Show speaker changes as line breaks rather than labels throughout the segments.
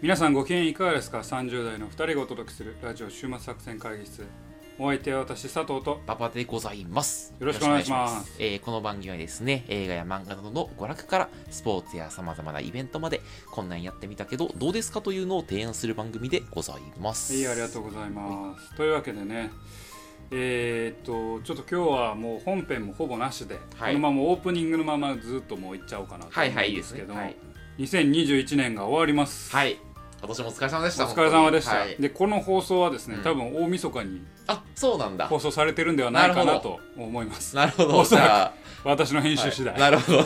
皆さんご機嫌いかがですか ?30 代の2人がお届けするラジオ週末作戦会議室。お相手は私、佐藤と
ババでございます。
よろしくお願いします
よろくお願いしま。えーこの番組はですね、映画や漫画などの娯楽から、スポーツや様々なイベントまで、こんなんやってみたけど、どうですかというのを提案する番組でございます。
いいありがとうございます。というわけでね、えーっと、ちょっと今日はもう本編もほぼなしで、
はい
このままオープニングのままずっともういっちゃおうかなと
は
思う
いはい、い
ん
い
で
ですす
け
け
ど、
ど。はい。
2021年が終わります。
はい今年もお疲れ様でし
お
た。
疲れ様でした、
本当にはい
でこの放送はですね、
うん
多分大晦日に
あ、そうなんだ
放。送されてるんではないか
な
な
るほ
と思います
なるほ
お
ど。
そ
じ
らく
ゃあ、
私の編集次第、
はいなるほど。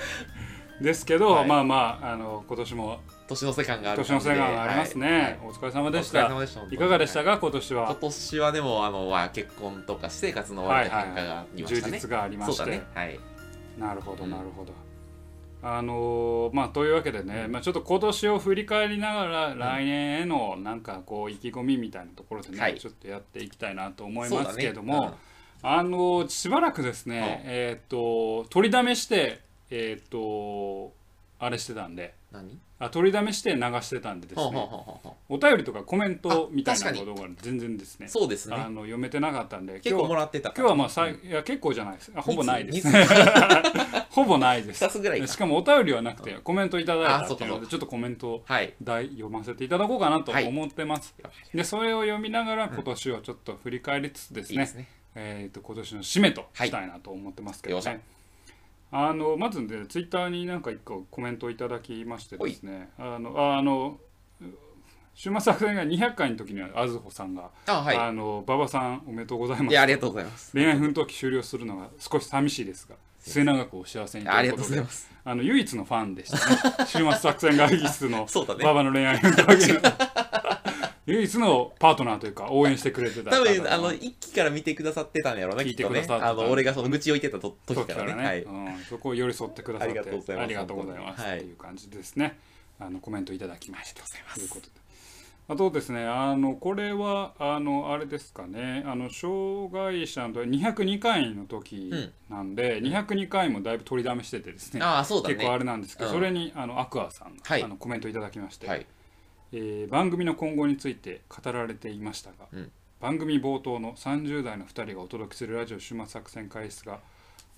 ですけど、
はい
まあまああの今年も
年の瀬感がある
年
感
の
じで。
瀬感がありますね、
はいはい
お疲れ様
お
でし
疲れ
た
様でした。
いかがでした
か
か今年
今
は、
年はでも、あの、まあ結婚とか私生活の終わりと変化がありま
充
したね。
実がありまし
そ
て、
うだね。はい。
なるほど
うん
なるほど、あのーまあというわけでね、まあ、ちょっと今年を振り返りながら、来年へのなんかこう意気込みみたいなところでね、
はい
ちょっとやっていきたいなと思い
そう
ま
だ
す
ね
けれども、あのしばらくですね、えーっと取りだめしてえーっとあれしてたんで
うん何
あ取りだめして流してたんでですね
ほうほうほうほうほ
お便りとかコメント
あ
みたい
確
な
かに
ことが全然ですね
うそうですね
あの読めてなかったんで
結
今
構
日
もらってた
今日はまあさい、
うん
いや結構じゃないですあほぼないです
2 つ
ほぼないです
二つぐらいか
しかもお便りはなくてコメントいただい
あ
た
そ
って
うか
いうのでちょっとコメン トを
はい
題読ませていただこうかなと
はい
思ってます、でそれを読みながら今年をちょっと振り返りつつです
い
ね、
いですね
えー、と今年の締めとしたいなと思ってますけどね、
はいよ
あのまずでツイッターになんか一個コメントをいただきましてですねあのああの週末作戦が200回の時にはあずほさんが、
あはい
あの馬場さんおめでとうございま
い
す
やありがとうございます
恋愛奮闘記終了するのが少し寂しいですが末永くお幸せに
ありがとう
と
ござ
い
いう
こ
ます
とであの唯一のファンでしたね週末作戦会議室の
そうだね
馬場の恋愛奮闘記の 唯一のパートナーというか応援してくれてた
多
方
分
が
あの一期から見てくださってたんやろうな
聞
き
い
ってとね
くださってた
あの俺がその愚痴を言ってたと時
時
か
からら
ね
ね、
はい
うん、そこを寄り添ってくださって
ありがとうございます
ありがとうございます
はい
っていう感じですねあのコメントいただきましたということであとですねあのこれはあのあれですかねあの障害者の202回の時なんで、202回もだいぶ取りだめしててですね
ああそうだね
結構あれなんですけど、
うん
それにあのアクアさんが、
はい
あのコメントいただきまして、
はい
えー番組の今後について語られていましたが、
うん
番組冒頭の30代の2人がお届けするラジオ週末作戦会室が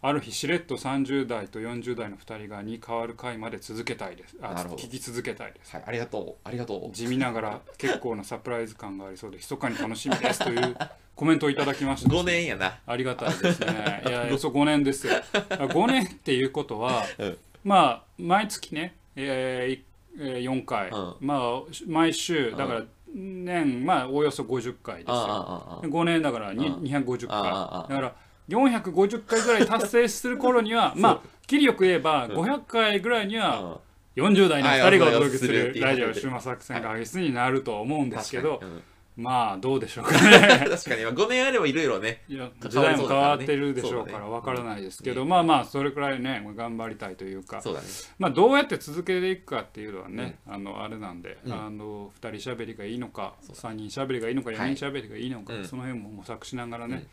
ある日しれっと30代と40代の2人がに変わる回まで続けたいですあ
なるほど
聞き続けたいです
はいありがとうありがと
地味ながら結構なサプライズ感がありそうで密かに楽しみですというコメントをいただきまし
う
た
5年やな
ありがたいです ねいやいやそう5年ですよ5年っていうことは
うん
まあ毎月ね、えーえー4回、
うん
まあし毎週だから年まあおよそ50回です
ああ
よ
ああああ
5年だからに
うん
250回
ああああ
だから450回ぐらい達成する頃に はまあ切りよく言えば500回ぐらいに
う
は
ん
40代の2人がお届けす
はいお届けするっ
る
ていう
ラジオ終末作戦がゲスになると思うんですけど
確かにうん
まあどうでしょうかね。
確かにまあ5年あればいろいろね
いや時
関わ
代
りそ
も変
うだか
わ
らね
ってるでしょうか
そうだ
ら
ね
わからないですけど、まあまあそれくらいね頑張りたいというか
そうだね
まあどうやって続けていくかっていうのはね、あのあれなんで、
うん
あの2人しゃべりがいいのか3人しゃべりがいいのか
はい
4人しゃべりがいいのか、
うん
その辺も模索しながらね、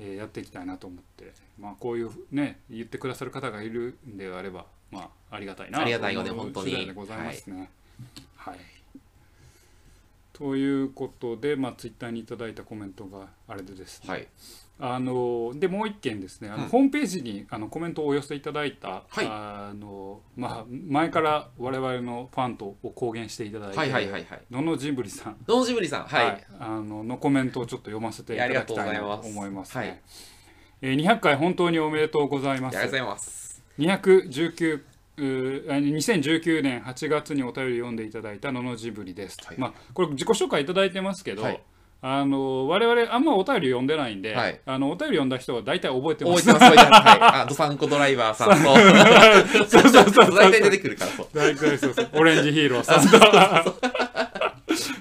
えーやっていきたいなと思ってまあこういうね言ってくださる方がいるんであればまあありがたいな
ありがたいよね
と思う
本当に
次第でございますね。はい、ということで、まあ、ツイッターにいただいたコメントがあれでですね、
はい
あのでもう一件ですねあの、
うん
ホームページにあのコメントをお寄せいただいた、
はい
あのまあ、前から我々のファンとを公言していただいて、
はいはいはいはい
ののジブリさん、
どうもジブリさんはい
あののコメントをちょっと読ませていただきたいなと思います
ありが
ね。えー200回本当におめでとうござい
あ
ま
り
す
がとうご。ざいます
219うーあ2019年8月にお便り読んでいただいた「ののジブリ」ですと、
はい
まあ、これ自己紹介いただいてますけど、
はい
あの我々あんまお便り読んでないんで、
はい
あのお便り読んだ人は大体覚えてま
覚え
す
てます覚えてますはいあドサンコドライバーさんと
そうそうそうそう
大体出てくるからそう
大体そうそうオレンジヒーローさんと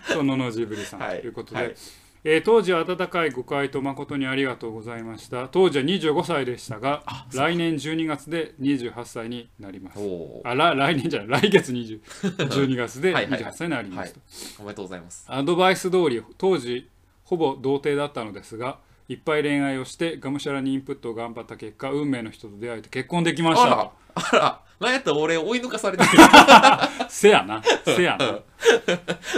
そののジブリさん、
はい
ということで、
はい
えー当時は温かいご回答誠にありがとうございました当時は25歳でしたが来年12月で28歳になります
おお
あら来年じゃない来月20 12月で
はいはいはい
28歳になりました、
おめでとうございます
アドバイス通り当時ほぼ童貞だったのですがいっぱい恋愛をしてがむしゃらにインプットを頑張った結果運命の人と出会えて結婚できまし
あ
た
らあらなんやったら俺追い抜かさ れてる。
せや な、せやな。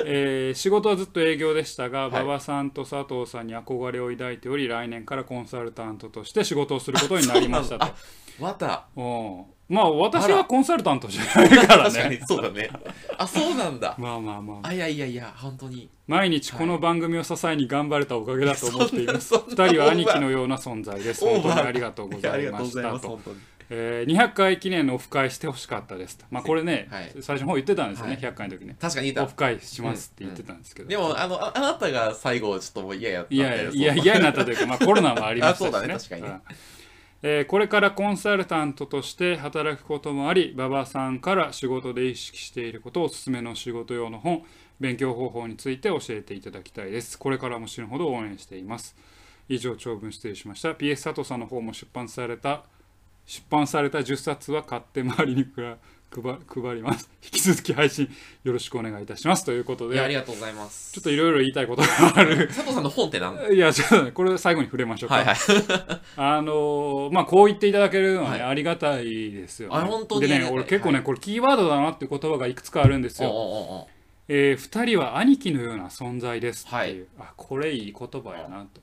えー仕事はずっと営業でしたが、
い
馬場さんと佐藤さんに憧れを抱いており、来年からコンサルタントとして仕事をすることになりましたと
あ。また。
うんまあ、私はコンサルタントじゃないから
確か
ね。
にそうだね。あ、そうなんだ。
まあまあまあ。
あ、いやいやいや、本当に。
毎日この番組を支えに頑張れたおかげだと思っています。
そんなそんな
二人は兄貴のような存在です。本当にありがとうございました
やありがとう
と。
ございます、本
えー200回記念のオフ会してほしかったですと。まあこれね、
はい
最初の方言ってたんですよね、
はい
100回の時ね。
当に。確かに言
オ
っ
フ会しますって言ってたんですけ
た。
ど。
でも、あの、ああなたが最後、ちょっともう嫌やったんで
いやいや
そう
いや嫌になったというか、まあ、コロナもありましたし、ね、
あそうだね確かにね
うんえーこれからコンサルタントとして働くこともあり馬場さんから仕事で意識していることをおすすめの仕事用の本勉強方法について教えていただきたいですこれからも死ぬほど応援しています以上長文失礼しました PS 佐藤さんの方も出版された出版された10冊は買って周りにくら配配ります引き続き配信よろしくお願いいたしますということ
いやあり
で
がとうございます。
ちょっといろいろ言いたいことがある
佐藤さんの本って何はい
いや、ちょっとこれ最後に触れましょうか。
はい。
あのーまあ、こう言っていただけるのはね、
は
ありがたいですよね。
あ本当に
で
ありが
ね、
たい
俺結構ね、
はい
これキーワードだなっていう言葉がいくつかあるんです
おう
よ。
おうおうおう
えー二人は兄貴のような存在ですっていう。あ、これいい言葉やなと。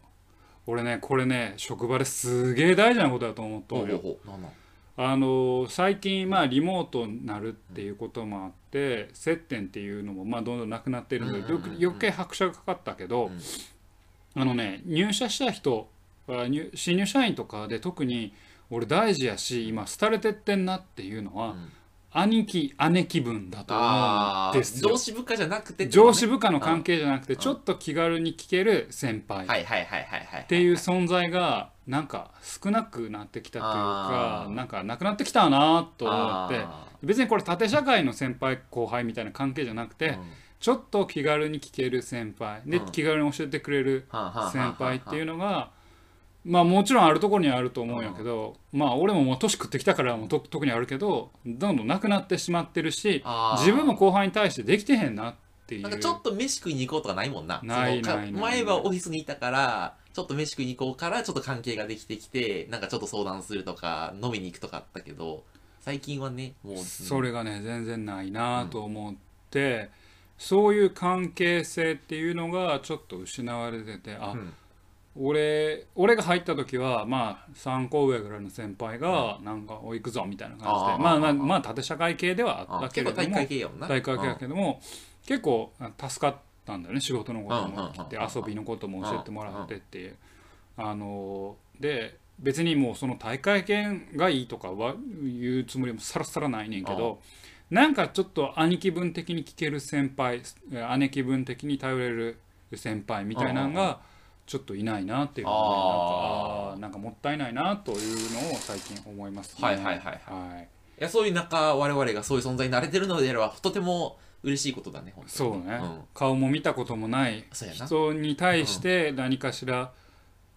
俺ね、これね、職場ですげえ大事なことだと思っ
お
と
う
るよ。
おうおうなんなん
あのー最近、まあ、リモートになるっていうこともあって、接点っていうのも、まあ、どんどんなくなってるので、
うんうんうんう
よ
ん
く余計拍車がかかったけど、
うん
あのね入社した人あ入新入社員とかで特に俺大事やし今廃れてってんなっていうのは、
ん
兄貴姉貴分だと思
あ
うん
ー
ですよ
上司部下じゃなくてってことね
上司部下の関係じゃなくて
ん
ちょっと気軽に聞ける先輩
はいはいはいはいはい。っ
っていう存在がなんか少なくなってきたというか
あー
なんかなくなってきたなと思って
あ
別にこれ縦社会の先輩後輩みたいな関係じゃなくて、
ーうん
ちょっと気軽に聞ける先輩で、
うん
気軽に教えてくれる
はあはあはあはあ
先輩っていうのがまあもちろんあるところにはあると思うんやけど、まあ俺ももう年食ってきたからもうと特にあるけどどんどんなくなってしまってるし
あー
自分も後輩に対してできてへんなっていう
なんかちょっと飯食いに行こうとかないもんな。
ない
そのか
ないない
前はオフィスにいたから、ちょっと飯食いに行こうから、ちょっと関係ができてきて、なんかちょっと相談するとか、飲みに行くとかあったけど、最近はね、もう。
それがね全然ないなと思って、そういう関係性っていうのがちょっと失われててあ、
うん
俺俺が入った時はまあ3個上ぐらいの先輩がなんか「おい行くぞ」みたいな感じで
あー
まあまあ
あー
まあ縦社会系ではあっ
あ
たけれど
結構体育
も
会系やもんな。
大会系だけども結構助かったんだよね仕事のこと
うんうんうん
も
うん
来て遊びのことも教えてもらってっていうあのーで別にもうその大会系がいいとかは言うつもりもさらさらないねんけどなんかちょっと兄貴分的に聞ける先輩姉貴分的に頼れる先輩みたいなの
うんうん
がちょっといないなっていうのがねなんかあーなんかもったいないなというのを最近思いますね。
はいはいはいはい
はい
いや、そういう中、我々がそういう存在に慣れてるのであれば、とても嬉しいことだね、本当
そう
に
ね、
ん
顔も見たこともない
そうやな
人に対して何かしら、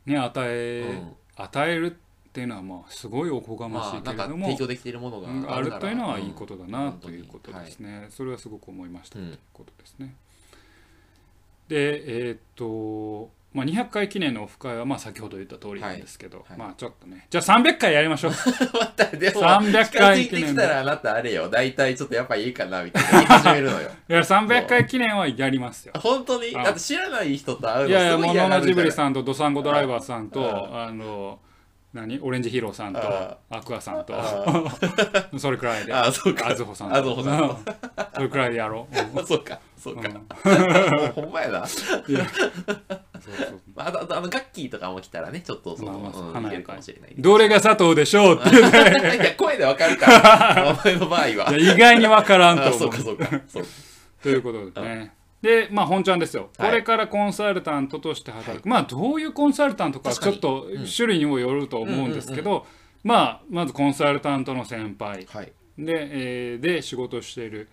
ね、与え、
うん
与えるっていうのはまあすごいおこがまし
ま
い
あ、な
け
ん
れ
か
ど
提
も
供できているもの
うん
が
あ
あ
る
るなら
というのはいいことだな
うん
ということです
本
ね、それはすごく思いました
う
と
ん
いうことですね。でえーっと、まあ、200回記念のオフ会はまあ先ほど言った通りなんですけど、
はいはい
まあちょっとねじゃあ300回やりま しょう
当にはいまたでも、
300
近づ
回
い
記
て
念
き
で
た
い
ら、あなたあれよ、大体ちょっとやっぱいいかな、みたいな言い始めるの よ。
や300回記念はやりますよ
本当に
あ
だって知らない人と会う
いやいや、
の
モ
すごい
ノ
嫌が
ナ
る
ジ
じ
ブ
ゃな
リ
い
さんとドサンゴドライバーさん
う
と、あの、何オレンジヒーローさんと
あ
アクアさんと
あ
それくらいで
あそうか
アズホさん
アズホさんと
うんそれくらいでやろう、うん
そうか、そうか。もう ほんまやな。
そうそう
あと、あとあの、ガッキーとかも来たらね、ちょっと、その、
まあまあ
うん
離れ
い
る
けるかもしれないね。
どれが佐藤でしょうっていうね
いや、声でわかるから、お前の場合は。
いや意外に分からん
あ、
と
そ
思
う
う
か、そうか。そう
ということですねでまあ本ちゃんですよ、
はい
これからコンサルタントとして働く、まあどういうコンサルタントかはちょっ
確か
と種類にもよると思うんですけど、まあまずコンサルタントの先輩、
はい。
で,、えーで仕事をしている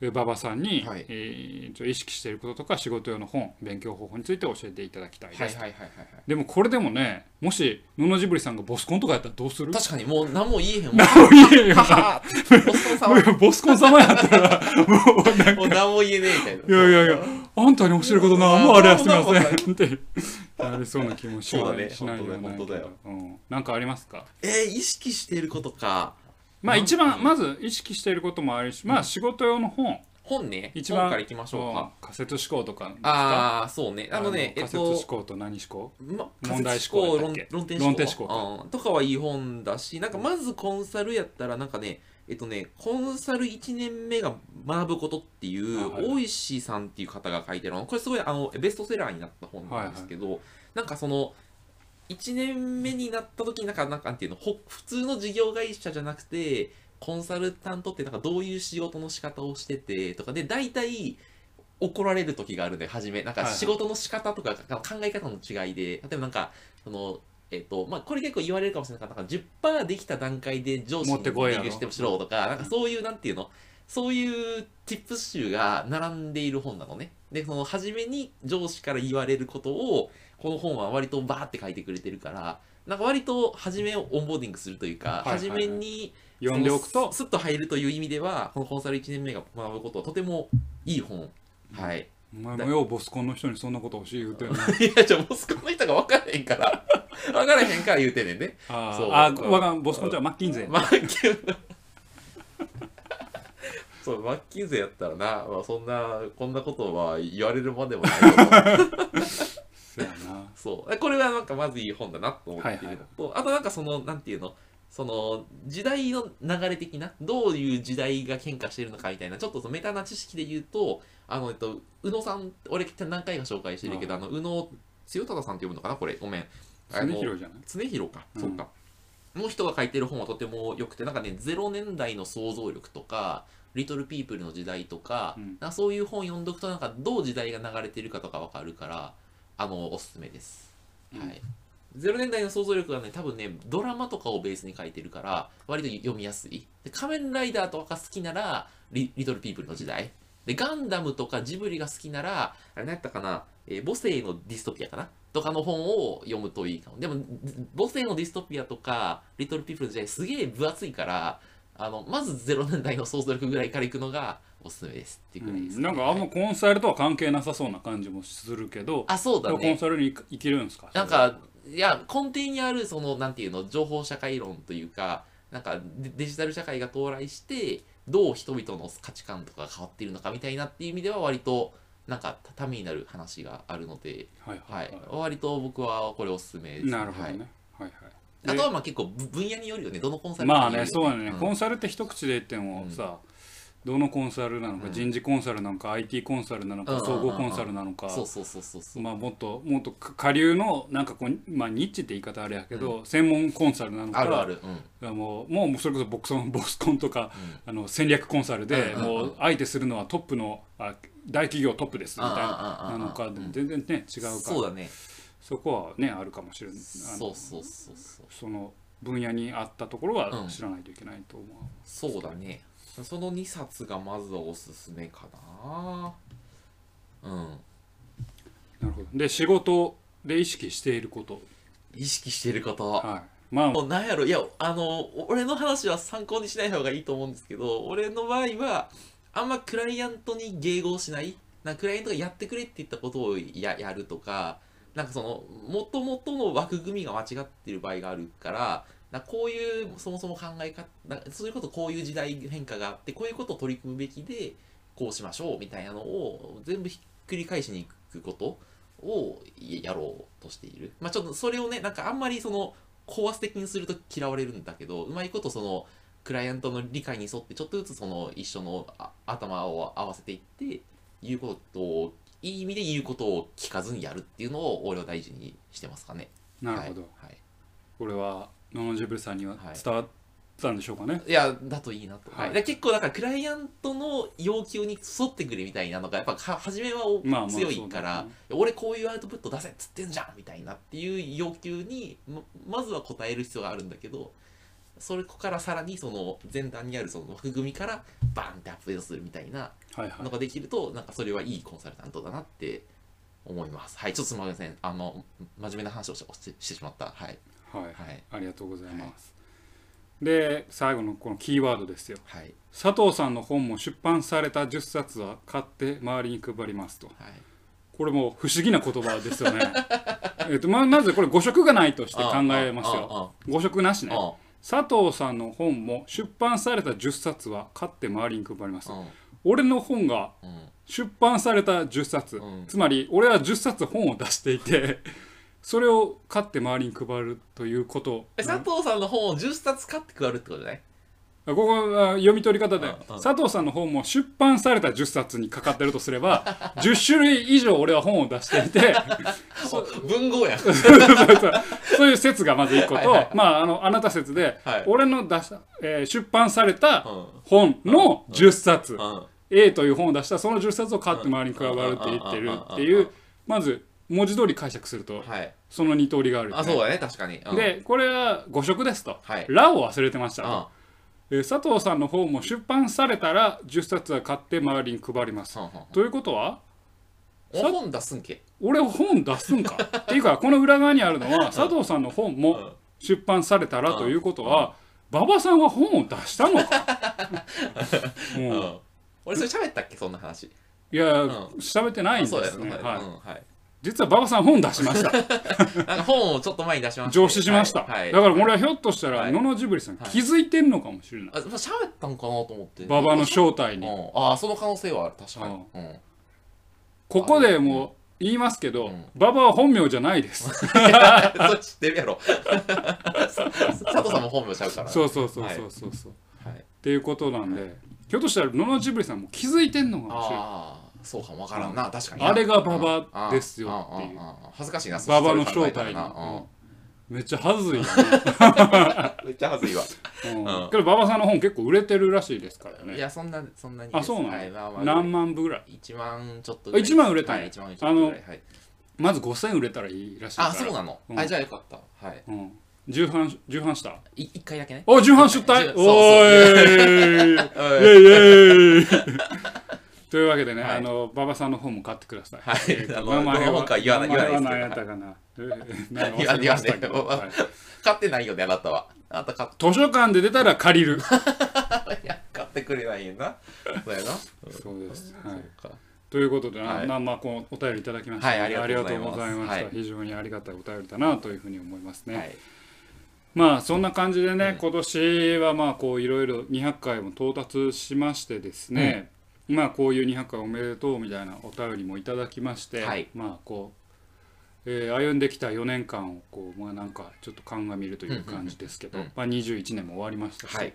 えー馬場さんに、
はい
えーちょ意識していることとか仕事用の本勉強方法について教えていただきたいです、
はいはいはいはい。
でもこれでもねもしののジブリさんがボスコンとかやったらどうする
確かに、もう何も言えへんもん。
何も 言えへんよ
ははおっ さんさんは
ボスコン様や ったらもうなんか
もう何も言えねえみたい
い
な。
やいやいやあんたに教えることなんもあれはすみませんってなりそうな気もし
そう
な
だ
い
ね
しないではないけ
本当だよ
ど、うん、なんかありますか
えー、意識していることか。
まあ
なん
一番まず意識していることもあるし、まあ仕事用の本
本ね、
一番
本からいきましょうか。
仮説思考とかですか
ああ、そうね。あのね、
仮
えっ
説思
と、
考と何思考
ま、
問題思考だっけ
論点
論
思
点
考
思考
うんとかはいい本だしなんかまずコンサルやったらなんかねえっとねコンサル1年目が学ぶことってい
あはいう
大石さんっていう方が書いてるのこれすごいあのベストセラーになった本なんですけど、なんかその1年目になった時になんかなんかなんていうのほ普通の事業会社じゃなくてコンサルタントってなんかどういう仕事の仕方をしててとかで大体怒られる時があるんで初めなんか
はいはい
仕事の仕方とかか考え方の違いで例えばなんかそのえっ、とまあこれ結構言われるかもしれないからなんか10%できた段階で上司
持っ
にリ
てこいやろ
ングしてもしろとかなんかそういうなんていうのそういう tips 集が並んでいる本なのねでその初めに上司から言われることをこの本は割とバーって書いてくれてるからなんか割と初めをオンボーディングするというか、
はいはいはい
初めに
読んでおくと
スッと入るという意味ではこのコンサル1年目が学ぶことはとてもいい本はい、
お前もようボスコンの人にそんなこと欲しい言う てんね
いやじゃあボスコンの人が分からへんから分からへんから言うてんねんね
あ
そう
ーあーわかんボスコンじゃマッキンゼー
マッキンそうマッキンゼやったらな、まあ、そんなこんなことは言われるまでもないけど
そやな
そうこれはなんかまずいい本だなと思っているのと、あとなんかそのなんていうのその時代の流れ的などういう時代が変化しているのかみたいなちょっとそのメタな知識で言うとあの、えっと、宇野さん俺何回か紹介してるけど、あの宇野強忠さんって呼ぶのかなこれごめんあ
常
の
広じゃない
常広か、
うん
そうかの人が書いてる本はとても良くてなんかね0年代の想像力とかリトルピープルの時代とか,、
うん
なんかそういう本読んどくとなんかどう時代が流れてるかとかわかるからあのおすすめです、
うん
はい0年代の想像力がね多分ねドラマとかをベースに書いてるから割と読みやすいで仮面ライダーとか好きならリリトルピープルの時代でガンダムとかジブリが好きならあれ何やったかな、えー母性のディストピアかなとかの本を読むといいかもでも母性のディストピアとかリトルピープルの時代すげえ分厚いからあのまず0年代の想像力ぐらいからいくのがおすすめですっていう
う
ぐらいです
ん
ね、
なんかあんまコンサルとは関係なさそうな感じもするけど
あそうだ
コン
ね
サルに行生きるんですか
なんかいや根底にあるそのなんていうの情報社会論というかなんかデデジタル社会が到来してどう人々の価値観とかが変わっているのかみたいなっていう意味では割となんかためになる話があるので、
はいは
はいい、割と僕はこれおすすめです。
なるほど
はい
ねはい
あ
はい
と
で
はまあ結構ぶ分野によるよねどのコンサル
ま
か
あ
によ
ね
る
そうだね
ん
コンサルって一口で言ってもさどのコンサルなのか
うん
人事コンサルなのか IT コンサルなの
うん
か
うんうん
総合コンサルなのか
そうそうそうそうそう、
まあもっともっとか下流のなんかこうまあニッチって言い方あれやけど専門コンサルなのか
あるある、うんうん
もうもうそれこそボクソン ボスコンとかあの戦略コンサルで
うんうんう
も
ん
う相手するのはトップのあ大企業トップですみたい
うん
な
うんうんうん
なのかでも全然ね違うから
そうだね
そこはねあるかもしれないあ
そ
の
うそうそうそう
その分野に合ったところは
うん
知らないといけないと思う、
そうだねその2冊がまずはおすすめかなうん
なるほどで仕事で意識していること
意識してること
はいまあ
もうなんやろいやあの俺の話は参考にしない方がいいと思うんですけど俺の場合はあんまクライアントに迎合しないなんかクライアントがやってくれって言ったことをややるとかなんかその元々の枠組みが間違ってる場合があるからなんかこういうそもそも考え方なんかそういうことこういう時代変化があってこういうことを取り組むべきでこうしましょうみたいなのを全部ひっくり返しに行くことをやろうとしている。まあちょっとそれをね、なんかあんまりその高圧的にすると嫌われるんだけど、うまいことそのクライアントの理解に沿ってちょっとずつその一緒のあ頭を合わせていって、言うことを、いい意味で言うことを聞かずにやるっていうのを俺は大事にしてますかね。
なるほど、
はい。
これは野々ジブルさんには
はい
伝わったんでしょうかね、
はい、いや、だといいなと。
はい
はい、で結構だからクライアントの要求に沿ってくれみたいなのが、やっぱは初めはお
まあまあ
強いから、
そうだね
俺こういうアウトプット出せっつってんじゃんみたいなっていう要求にままずは答える必要があるんだけどそれこからさらにその前段にあるその枠組みからバンってアップデートするみたいな
はいはい
のができると、なんかそれはいいコンサルタントだなって思いますはいちょっとすみませんあの真面目な話をしししてしまったはい
はい
はい
ありがとうございます、で最後のこのキーワードですよ
はい
佐藤さんの本も出版された10冊は買って周りに配りますと
はい
これも不思議な言葉です よねえっとままずこれ誤色がないとして考えます
ああああ
よ誤色なしね
あ
佐藤さんの本も出版された10冊は買って周りに配ります
うん
俺の本が
うん
出版された10冊、
うん
つまり俺は10冊本を出していてそれを買って周りに配るということ
え佐藤さんの本を10冊買って配るってことじゃない
ここはあ読み取り方で
ああ
佐藤さんの本も出版された10冊にかかってるとすれば 10種類以上俺は本を出していて
文豪やん
そういう説がまず1個と、
はいはいはい
まああのあなた説で、
はい
俺の出した、えー出版された
うん
本の10冊、
うん
A という本を出したその10冊を買って周りに加わるって言ってるってい
うんうんうんうんうん
うまず文字通り解釈すると
はい
その2通りがあるよね、
あそうだね確かにうん
でこれは誤色ですと
は
「
い
ら」を忘れてまし
う
た
ん
とえー佐藤さんの方も出版されたら10冊は買って周りに配ります
うんうん
ということは
お
さ
本出すんけ
俺本出すん かっていうかこの裏側にあるのは佐藤さんの本
うん
も出版されたらということは馬場さんは本を出した のか、うん
う
い
ん俺それ喋ったっけそんな話
や
ん
喋ってないん
あ
で
そうや
す
ろ
ね、
はい
はい
うんはい
実は馬場さん本出しました
なんか本をちょっと前に出しました
上司しました、
はい
だから俺
は
はひょっとしたら
はい
野々ジブリさん
はい
気づいてんのかもしれない、
いあ喋ったんかなと思って
馬場の正体に、
うんああその可能性はある確かにうん
ここでもう言いますけど、
うん
馬場は本名じゃないです
それ知ってるやろ さ佐藤さんも本名ちゃうから
そうそうそうそうそうそう、
はい
っていうことなんで、ひょっとしたら野々ジブリさんも気づいてんのかもしれない
ああそうかもわからんな確かに
あれが馬場ですよ
ああ
っていう
ああああ恥ずかしいな
馬場の正
それ考
体
え
に、
たら
うんめっちゃはずい よね、
うんめっちゃ恥ずいわ
うん
うん
けど馬場さんの本結構売れてるらしいですから
い
ね
やそんなそんなに
あそうなの
はいまあまあ
何万部ぐらい
1万ちょっと
あ1万売れたんや
はい1万ちょっとぐらいはい
まず5000売れたらいいらしいから
あそうなの
うん
あじゃあよかったはい
うん重版重版した
い一回だ けね
お重版出退
そうそう
おーい イ
は
エイイエイ というわけでね、
はい
あの馬場さんの本も買ってください。
はい
えー
あの
名前
どの
は
本か言わない
名前は
言
何や
わないです
ったかな。え ー名前
言わ
忘れましたけ
言
ど
わな
は
い
い
買ってないよねあなたはあなた買っ
図書館で出たら借 りる。
いや買ってくれないよ なそうやな
そうです。はい。
そうか
ということで、な
はい
なまあこうお便りいただきましたね、
はいありがとう
ありがとう
ご
ご
ざ
ざ
い
い
ま
ますした、
はい
非常にありがたいお便りだなというふうに思いますね。
はい
まあそんな感じでね、
うん
今年はまあこういろいろ200回も到達しましてですね、まあこういう200回おめでとうみたいなお便りもいただきまして、
はい
まあこう、えー歩んできた4年間をこうまあなんかちょっと鑑みるという感じですけど、
うんうんうん
まあ21年も終わりましたし、
はい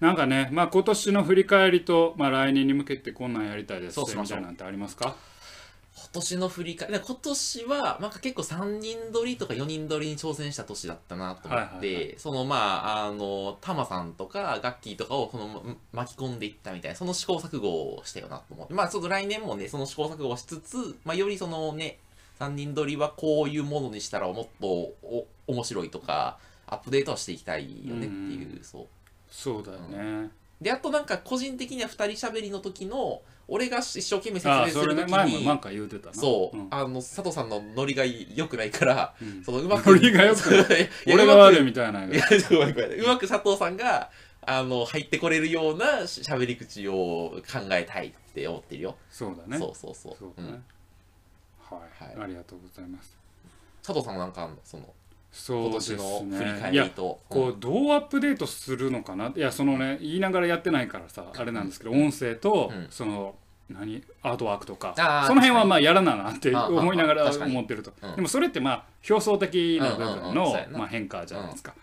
なんかねまあ今年の振り返りとまあ来年に向けてこんなんやりたいです
そうしま
み
しょ
た
う
いなんてありますか？
今年の振り返り今年はなんか結構3人撮りとか4人撮りに挑戦した年だったなと思って、
はいはい
そのまああのタマさんとかガッキーとかをこのま巻き込んでいったみたいなその試行錯誤をしたよなと思ってまあちょっと来年もねその試行錯誤をしつつ、まあ、よりそのね3人撮りはこういうものにしたらもっとお面白いとかアップデートはしていきたいよねっていう、そう
そうだよね。
であとなんか個人的には2人喋りの時の俺が一生懸命説
あ
明
あ
す
それ
る
ね
時
前も
に
なんか言うてたな。
そう、
ん
あの佐藤さんのノリが良くないから、
うん
そのうまく
ノリが良くない
や
俺が悪いう
ま
みたいな。
くいやちょっとごめんごめんうまく佐藤さんがあの入ってこれるようなし喋り口を考えたいって思ってるよ、
そうだね。
そうそうそう
そう
う
ね
ん、
はい、
はい
ありがとうございます。
佐藤さんもなんかあんのその
そう
今
で
年
す
の振り
ね。
返
いや
り、と
こうどうアップデートするのかな。いや、そのね、言いながらやってないからさ、あれなんですけど、音声と
うん
その何アートワークとか、
あー
その辺はまあやらななって
あー
思いなが
あー
ら
確かに
思ってると
うん。
でもそれってまあ表層的な部
うんうんう
分
んそう
の
やな
まあ変化じゃないですか。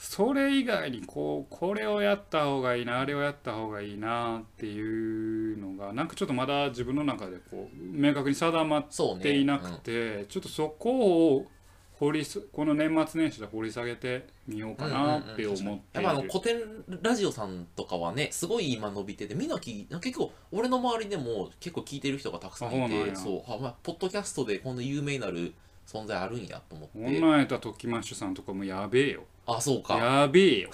それ以外にこうこれをやった方がいいなあれをやった方がいいなっていうのがなんかちょっとまだ自分の中でこう明確に定まっ
そうね
っていなくて、ちょっとそこを掘りすこの年末年始で掘り下げてみよう
うん
かなって思って
や
い
っ
る
ぱあの古典ラジオさんとかはねすごい今伸びててみんな聞い結構俺の周りでも結構聞いてる人がたくさん
あ
い
そうなん
て
や
そうあ、まあ、ポッドキャストでこんな有名になる存在あるんやと思っ
こん
て
なんやったらときましゅさんとかもやべえよ
あそうかはい
やべえ よ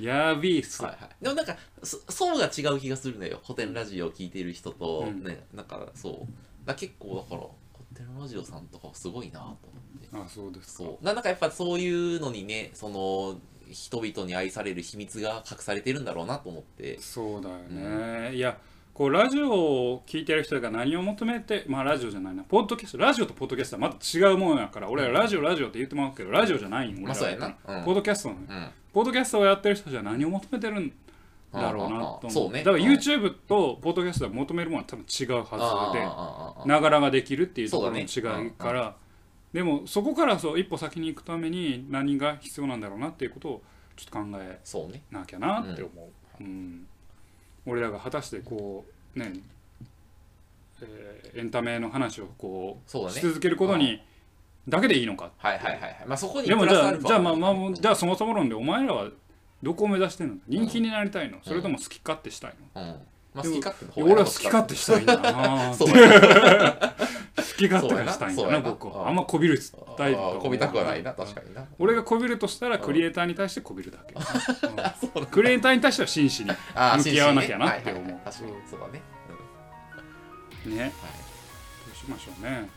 やべえっす、
はい、でもなんかそ層が違う気がするのよ古典ラジオを聞いてる人と、
うん
ねなんかそうだから結構だから古典ラジオさんとかはすごいなと思って
あそうですか
そうななんかやっぱそういうのにねその人々に愛される秘密が隠されてるんだろうなと思って
そうだよね、いやこうラジオを聞いてる人が何を求めてまあラジオじゃないなポッドキャストラジオとポッドキャストはまた違うもんやから俺らラジオラジオって言ってますけどラジオじゃないん俺
まあ
ら
そうや
や
な
か、
う
ら
ん
ポッドキャストなのよ
うん
ポッドキャストをやってる人じゃ何を求めてるんだろうなと
あああ
思
そううね
だから
うん
YouTube とポッドキャストは求めるものは多分違うはずで
ああああああ
ながらができるっていうところの
そうだね
違いからでもそこからそう一歩先に行くために何が必要なんだろうなっていうことをちょっと考え
そうね
なきゃなって思う、うん俺らが果たしてこうね、えーエンタメの話をこう
そうだ
し
ね
続けることにだけでいいのか
はいはいはいはいまあそこに
でもじ
プラ
ゃ
スア
あ
ルファ
じゃあまあまあもうじゃあそもそも論でお前らはどこを目指してんの人気になりたいの、それとも好き勝手したいの、
うんまあ好き勝手の方
い
が
や俺は好き勝手したいんだな ーって
そうやな
好き勝手がしたいんだ
そう
な
やな
僕
そうや
は
な
あんまこびるタイプ
こびたくはないな確 かにな
俺がこびるとしたらクリエイターに対してこびるだけ、うんクリエイターに対しては真摯に
ああ
向き合わなきゃなって思う
はいはいはい確かにそうだね
ね、どうしましょうね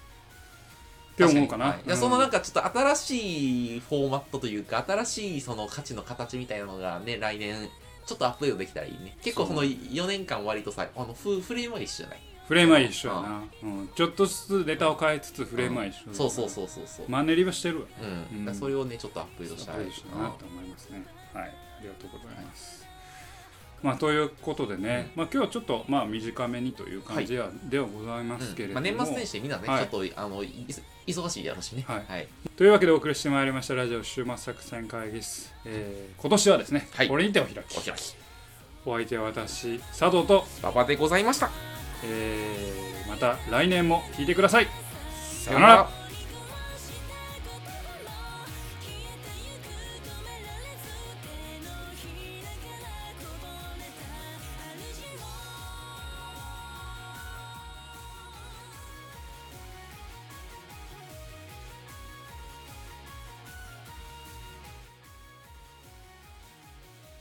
って思うかな、
確にはいいや
うん
そのなんかちょっと新しいフォーマットというか新しいその価値の形みたいなのがね来年ちょっとアップデートできたらいいね結構その4年間割とさあのフフレームは一緒じゃない
フレームは一緒やな、うん、ちょっとずつネタを変えつつフレームは一緒、
そうそうそうそうそう
マンネリはしてるわ
うん、
うん
それをねちょっとアップデートしたらいい
一緒だなと思いますねはいありがとうございます、まあということでね、まあ今日はちょっとまあ短めにという感じはではございますけれ
うん
ど
ま
も、
あ、年末年始でみんなね、
はい
ちょっとあのい忙しいやろうしね
はい
はい
というわけでお送りしてまいりましたラジオ週末作戦会議室、えー今年はですね、
はい
これに手を開
お
き
開き
お相手は私佐藤と、
馬場でございました
えーまた来年も聞いてください
さ
よなら